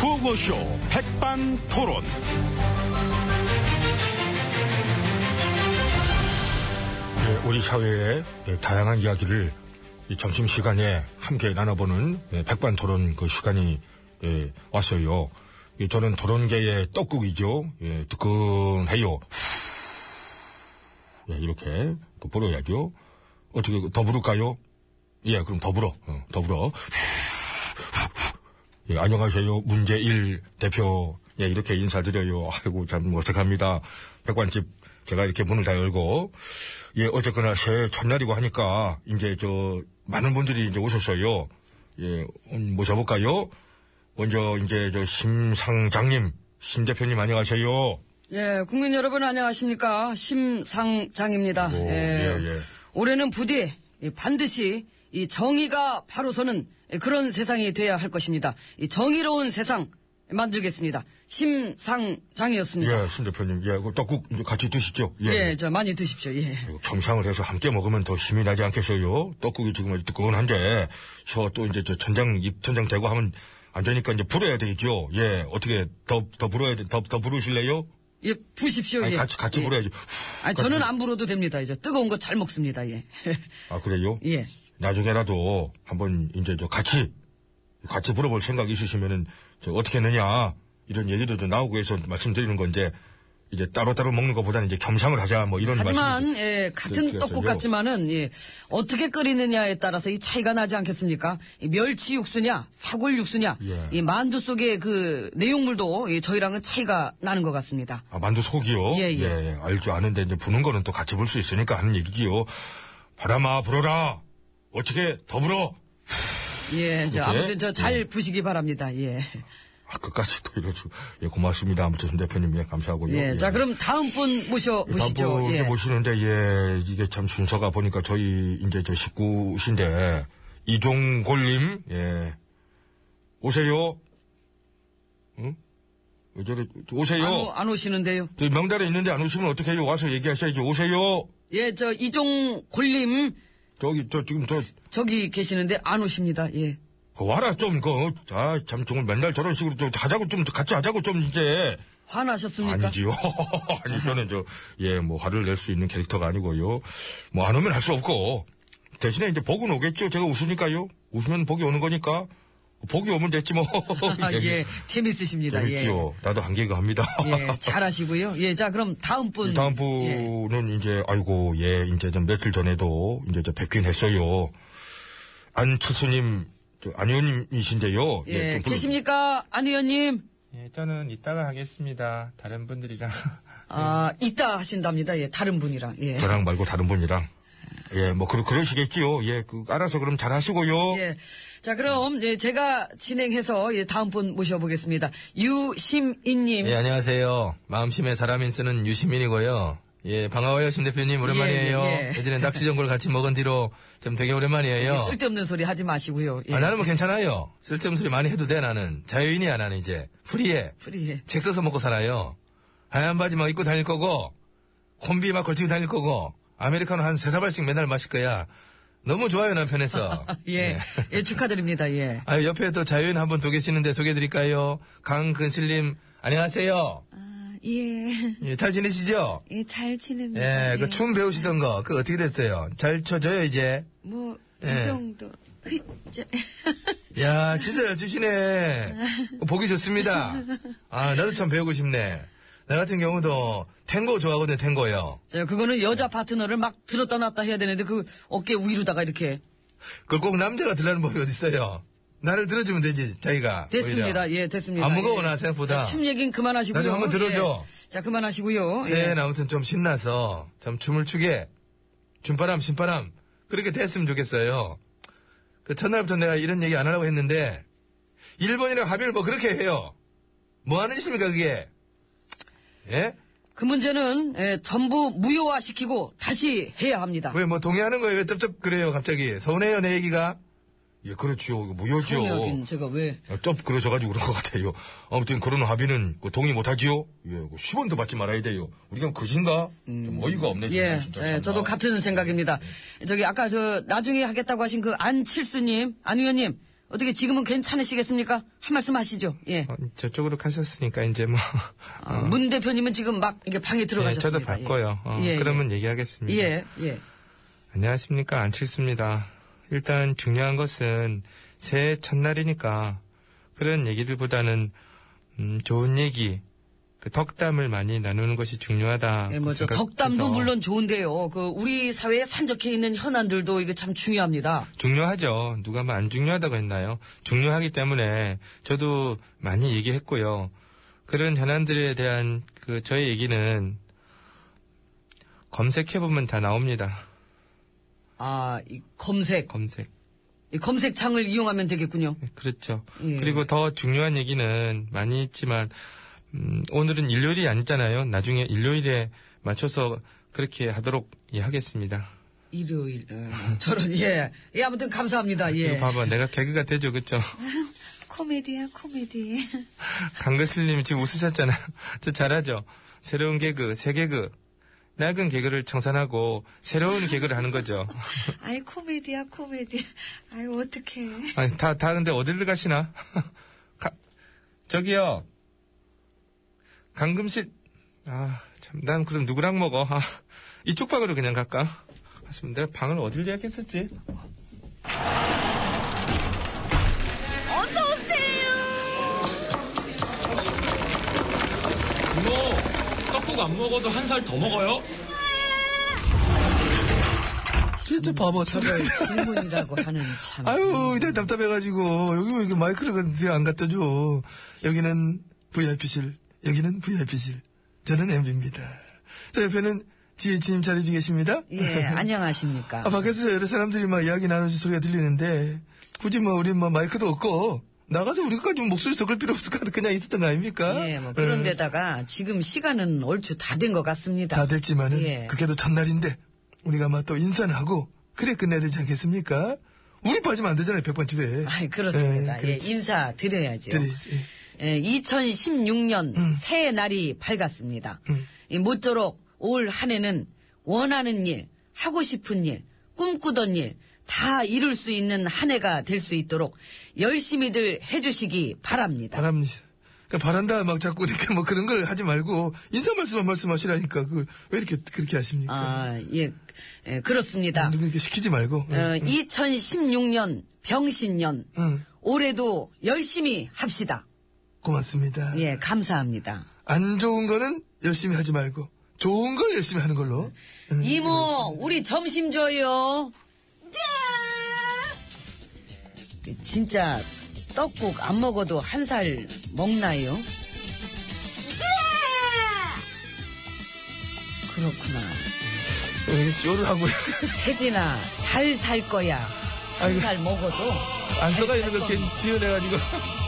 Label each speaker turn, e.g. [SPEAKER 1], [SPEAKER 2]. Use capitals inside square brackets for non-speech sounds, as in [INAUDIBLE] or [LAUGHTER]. [SPEAKER 1] 라디오쇼 백반토론.
[SPEAKER 2] 예, 우리 사회의 예, 다양한 이야기를 이 점심시간에 함께 나눠보는 예, 백반토론 그 시간이 예, 왔어요. 예, 저는 토론계의 떡국이죠. 예, 뜨끈해요. 예, 이렇게 그 불어야죠. 어떻게 그 더 부를까요? 예, 그럼 더 불어. 어, 더 불어. 예, 안녕하세요. 문재일 대표. 예, 이렇게 인사드려요. 아이고, 참, 어색합니다. 백반집, 제가 이렇게 문을 다 열고. 예, 어쨌거나 새해 첫날이고 하니까, 이제 저, 많은 분들이 이제 오셨어요. 예, 음, 모셔볼까요? 먼저, 이제 저, 심상장님, 심 대표님 안녕하세요.
[SPEAKER 3] 예, 국민 여러분 안녕하십니까. 심상장입니다.
[SPEAKER 2] 오, 예, 예.
[SPEAKER 3] 올해는 부디 이 반드시 이 정의가 바로 서는 그런 세상이 돼야 할 것입니다. 이 정의로운 세상 만들겠습니다. 심상장이었습니다.
[SPEAKER 2] 예, 심 대표님. 예, 그 떡국 이제 같이 드시죠.
[SPEAKER 3] 예, 저 많이 드십시오. 예.
[SPEAKER 2] 이거 겸상을 해서 함께 먹으면 더 힘이 나지 않겠어요? 떡국이 지금 아주 뜨거운한데, 저 또 이제 저 천장, 입 천장 대고 하면 안 되니까 이제 불어야 되겠죠? 예, 어떻게 더, 더 불어야 돼, 더, 더 부르실래요?
[SPEAKER 3] 예, 부십시오.
[SPEAKER 2] 아니,
[SPEAKER 3] 예.
[SPEAKER 2] 같이, 같이
[SPEAKER 3] 예.
[SPEAKER 2] 불어야죠.
[SPEAKER 3] 아니, 저는 안 불어도 됩니다. 이제 뜨거운 거 잘 먹습니다. 예. [LAUGHS]
[SPEAKER 2] 아, 그래요?
[SPEAKER 3] 예.
[SPEAKER 2] 나중에라도 한번 이제 저 같이, 같이 불어볼 생각 있으시면은, 저 어떻게 했느냐, 이런 얘기도 좀 나오고 해서 말씀드리는 건데, 이제 따로따로 먹는 것보다는 이제 겸상을 하자, 뭐 이런 말씀.
[SPEAKER 3] 하지만 예, 같은
[SPEAKER 2] 그랬어요.
[SPEAKER 3] 떡국 같지만은 예, 어떻게 끓이느냐에 따라서 이 차이가 나지 않겠습니까? 이 멸치 육수냐, 사골 육수냐,
[SPEAKER 2] 예.
[SPEAKER 3] 이 만두 속의 그 내용물도 예, 저희랑은 차이가 나는 것 같습니다.
[SPEAKER 2] 아, 만두 속이요?
[SPEAKER 3] 예, 예.
[SPEAKER 2] 알죠. 아는데, 이제 부는 거는 또 같이 불 수 있으니까 하는 얘기지요. 바람아, 불어라! 어떻게 더 불어!
[SPEAKER 3] 예, 저
[SPEAKER 2] 그렇게?
[SPEAKER 3] 아무튼 저 잘 부시기 바랍니다. 예.
[SPEAKER 2] 아, 끝까지 또 이러죠. 예, 고맙습니다. 아무튼 손 대표님, 예, 감사하고요.
[SPEAKER 3] 예, 자 그럼 다음 분 모셔 보시죠.
[SPEAKER 2] 바쁘게
[SPEAKER 3] 예.
[SPEAKER 2] 모시는데, 예, 이게 참 순서가 보니까 저희, 이제 저 식구신데, 이종골님, 예. 오세요. 응? 왜 저래, 오세요.
[SPEAKER 3] 안, 오- 안 오시는데요.
[SPEAKER 2] 저 명단에 있는데 안 오시면 어떡해요? 와서 얘기하셔야지. 오세요.
[SPEAKER 3] 예, 저 이종 골림
[SPEAKER 2] 저기, 저, 지금 저,
[SPEAKER 3] 저기 계시는데 안 오십니다. 예.
[SPEAKER 2] 그 와라 좀 그 아 참 정말 맨날 저런 식으로 좀 하자고 좀 같이 하자고 좀 이제
[SPEAKER 3] 화나셨습니까?
[SPEAKER 2] 아니지요 [LAUGHS] 아니 저는 저 예 뭐 화를 낼 수 있는 캐릭터가 아니고요 뭐 안 오면 할 수 없고 대신에 이제 복은 오겠죠 제가 웃으니까요 웃으면 복이 오는 거니까 복이 오면 됐지 뭐
[SPEAKER 3] [LAUGHS] 아, [LAUGHS] 예,
[SPEAKER 2] [LAUGHS]
[SPEAKER 3] 재밌으십니다. 예.
[SPEAKER 2] 재밌지요 나도 한계가 합니다
[SPEAKER 3] 예, 잘하시고요. 예, 자 그럼 다음 분.
[SPEAKER 2] [LAUGHS] 다음
[SPEAKER 3] 예.
[SPEAKER 2] 분은 이제 아이고 예 이제 좀 며칠 전에도 이제 저 뵙긴했어요 안철수님 저 안 의원님이신데요
[SPEAKER 3] 예,
[SPEAKER 2] 좀 불러-
[SPEAKER 3] 계십니까 안 의원님?
[SPEAKER 4] 예, 저는 이따가 하겠습니다. 다른 분들이랑. [LAUGHS]
[SPEAKER 3] 아, 이따 하신답니다. 예, 다른 분이랑. 예.
[SPEAKER 2] 저랑 말고 다른 분이랑. 예, 뭐, 그러, 그러시겠지요. 예, 그, 알아서 그럼 잘 하시고요.
[SPEAKER 3] 예. 자, 그럼 예, 제가 진행해서 예, 다음 분 모셔보겠습니다. 유심인님.
[SPEAKER 5] 예, 안녕하세요. 마음심의 사람인 쓰는 유시민이고요. 예, 반가워요, 심 대표님. 오랜만이에요.
[SPEAKER 3] 예, 예, 예.
[SPEAKER 5] 예, 전에 낙지전골 같이 먹은 뒤로 좀 되게 오랜만이에요.
[SPEAKER 3] 쓸데없는 소리 하지 마시고요. 예.
[SPEAKER 5] 어. 아, 나는 뭐 괜찮아요. 쓸데없는 소리 많이 해도 돼, 나는. 자유인이야, 나는 이제. 프리해.
[SPEAKER 3] 프리해. 예.
[SPEAKER 5] 책 써서 먹고 살아요. 하얀 바지 막 입고 다닐 거고, 콤비 막 걸치고 다닐 거고, 아메리카노 한 세사발씩 맨날 마실 거야. 너무 좋아요, 난 편해서.
[SPEAKER 3] 예. 예, 축하드립니다. 예.
[SPEAKER 5] 아, 옆에 또 자유인 한 분 또 계시는데 소개해드릴까요? 강근실님, 안녕하세요.
[SPEAKER 6] 예,
[SPEAKER 5] 예, 잘 지내시죠?
[SPEAKER 6] 예, 잘 지냅니다.
[SPEAKER 5] 예,
[SPEAKER 3] 네.
[SPEAKER 5] 그 춤 배우시던 거, 그 어떻게 됐어요? 잘 쳐줘요, 이제.
[SPEAKER 6] 뭐,
[SPEAKER 5] 예.
[SPEAKER 6] 이 정도. 자,
[SPEAKER 5] 야, 진짜
[SPEAKER 3] [LAUGHS]
[SPEAKER 5] 잘 추시네. 보기 좋습니다. 아, 나도 참 배우고 싶네. 나 같은 경우도 탱고 좋아하거든요, 탱고요.
[SPEAKER 3] 자, 그거는 여자 파트너를 막 들었다 놨다 해야 되는데 그 어깨 위로다가 이렇게
[SPEAKER 5] 그걸 꼭 남자가 들라는 법이 어딨어요. 나를 들어주면 되지, 자기가.
[SPEAKER 3] 됐습니다.
[SPEAKER 5] 오히려.
[SPEAKER 3] 예, 됐습니다.
[SPEAKER 5] 안 무거워, 나
[SPEAKER 3] 자,
[SPEAKER 5] 생각보다.
[SPEAKER 3] 춤 얘긴 그만하시고요.
[SPEAKER 5] 나중에 한번 들어줘.
[SPEAKER 3] 예. 자, 그만하시고요. 예.
[SPEAKER 5] 새해는 네, 아무튼 좀 신나서 참 춤을 추게 춤바람 신바람 그렇게 됐으면 좋겠어요. 그 첫날부터 내가 이런 얘기 안 하려고 했는데 일본이랑 합의를 뭐 그렇게 해요. 뭐 하는 짓입니까 그게? 예?
[SPEAKER 3] 그 문제는 예, 전부 무효화시키고 다시 해야 합니다.
[SPEAKER 5] 왜 뭐 동의하는 거예요? 왜 쩝쩝 그래요 갑자기? 서운해요 내 얘기가? 뭐
[SPEAKER 2] 예, 그렇지요. 무효지요.
[SPEAKER 3] 성역인 제가 왜?
[SPEAKER 2] 아, 쩝 그러셔가지고 그런 것 같아요. 아무튼 그런 합의는 그 동의 못하지요. 예, 그 10원도 받지 말아야 돼요. 우리가 그신가? 좀 어이가 없네.
[SPEAKER 3] 예,
[SPEAKER 2] 진짜
[SPEAKER 3] 예,
[SPEAKER 2] 참나.
[SPEAKER 3] 저도 같은 생각입니다. 저기 아까 저 나중에 하겠다고 하신 그 안칠수님, 안 의원님 어떻게 지금은 괜찮으시겠습니까? 한 말씀 하시죠. 예.
[SPEAKER 5] 어, 저쪽으로 가셨으니까 이제 뭐 [LAUGHS]
[SPEAKER 3] 아, 문 대표님은 지금 막 이게 방에
[SPEAKER 5] 예,
[SPEAKER 3] 들어가셨습니다.
[SPEAKER 5] 저도 바꿔요. 어,
[SPEAKER 3] 예,
[SPEAKER 5] 그러면 얘기하겠습니다.
[SPEAKER 3] 예, 예.
[SPEAKER 5] 안녕하십니까 안칠수입니다. 일단 중요한 것은 새해 첫날이니까 그런 얘기들보다는 음, 좋은 얘기, 그 덕담을 많이 나누는 것이 중요하다.
[SPEAKER 3] 예, 뭐저
[SPEAKER 5] 아, 생각해서
[SPEAKER 3] 덕담도 물론 좋은데요. 그 우리 사회에 산적해 있는 현안들도 이게 참 중요합니다.
[SPEAKER 5] 중요하죠. 누가 뭐 안 중요하다고 했나요? 중요하기
[SPEAKER 2] 네.
[SPEAKER 5] 때문에 저도 많이 얘기했고요. 그런 현안들에 대한 그 저의 얘기는 검색해보면 다 나옵니다.
[SPEAKER 3] 아, 이 검색,
[SPEAKER 5] 검색.
[SPEAKER 3] 이 검색창을 이용하면 되겠군요.
[SPEAKER 5] 그렇죠.
[SPEAKER 3] 예.
[SPEAKER 5] 그리고 더 중요한 얘기는 많이 있지만, 음, 오늘은 일요일이 아니잖아요. 나중에 일요일에 맞춰서 그렇게 하도록 예, 하겠습니다.
[SPEAKER 3] 일요일
[SPEAKER 5] 네.
[SPEAKER 3] 어, 저런 예, 예 아무튼 감사합니다.
[SPEAKER 5] 이거
[SPEAKER 3] 예.
[SPEAKER 5] 봐봐. 내가 개그가 되죠. 그쵸? [LAUGHS]
[SPEAKER 6] 코미디야, 코미디.
[SPEAKER 5] 강글슬님 지금 웃으셨잖아요. [LAUGHS] 저 잘하죠. 새로운 개그, 새 개그. 낡은 개그를 청산하고 새로운 개그를 하는 거죠.
[SPEAKER 6] 아이, 코미디야, 코미디. 아이, 어떡해.
[SPEAKER 5] 아니, 다, 다 근데 어딜 가시나? [LAUGHS] 가- 저기요. 강금실. 아, 참. 난 그럼 누구랑 먹어? 아, 이쪽 방으로 그냥 갈까? 하시면 내가 방을 어딜 예약했었지?
[SPEAKER 7] 이모, 떡국 안 먹어도 한 살 더 먹어요?
[SPEAKER 5] 진짜 바보
[SPEAKER 3] 저걸 [LAUGHS] 질문이라고 하는 참.
[SPEAKER 5] 음, 아유, 내 답답해가지고. 여기 왜 이렇게 마이크를 뒤에 안 갖다 줘? 여기는 VIP실, 여기는 VIP실. 저는 MB입니다. 저 옆에는 지혜진님 잘해주고 계십니다.
[SPEAKER 3] 예, 안녕하십니까?
[SPEAKER 5] 아, 밖에서 여러 사람들이 막 이야기 나누는 소리가 들리는데, 굳이 뭐, 우리 뭐, 마이크도 없고, 나가서 우리까지 뭐 목소리 섞을 필요 없을 것 같아. 그냥 있었던 거 아닙니까?
[SPEAKER 3] 예, 뭐 그런 데다가 지금 시간은 얼추 다 된 것 같습니다.
[SPEAKER 5] 네. 다 됐지만은,
[SPEAKER 3] 예.
[SPEAKER 5] 그게도 첫날인데, 우리가 막 또 인사는 하고, 그래 끝내야 되지 않겠습니까? 우리 빠지면 안 되잖아요, 백반 집에. 그러니까.
[SPEAKER 3] 아이, 그렇습니다. 예, 인사 드려야죠.
[SPEAKER 5] 들이, 예.
[SPEAKER 3] 2016년 새해 날이 밝았습니다. 이 모쪼록 올 한 해는 원하는 일, 하고 싶은 일, 꿈꾸던 일, 다 이룰 수 있는 한 해가 될 수 있도록 열심히들 해주시기 바랍니다.
[SPEAKER 5] 바랍니다. 그러니까 바란다 막 자꾸 이렇게 뭐 그런 걸 하지 말고 인사 말씀 한 말씀 하시라니까 그걸 왜 이렇게 그렇게 하십니까?
[SPEAKER 3] 아, 예, 예, 그렇습니다.
[SPEAKER 5] 누구 이렇게 시키지 말고. 예.
[SPEAKER 3] 어, 2016년 병신년
[SPEAKER 5] 응.
[SPEAKER 3] 올해도 열심히 합시다.
[SPEAKER 5] 음, 고맙습니다.
[SPEAKER 3] 예, 감사합니다.
[SPEAKER 5] 안 좋은 거는 열심히 하지 말고 좋은 걸 열심히 하는 걸로. 음.
[SPEAKER 3] 이모, 우리 점심 줘요. 진짜 떡국 안 먹어도 한 살 먹나요? 그렇구나.
[SPEAKER 5] 어, 요를 하고 [LAUGHS]
[SPEAKER 3] 혜진아, 잘 살 거야. 한 살 먹어도.
[SPEAKER 5] 안 써가 있는 걸 이렇게 지어내가지고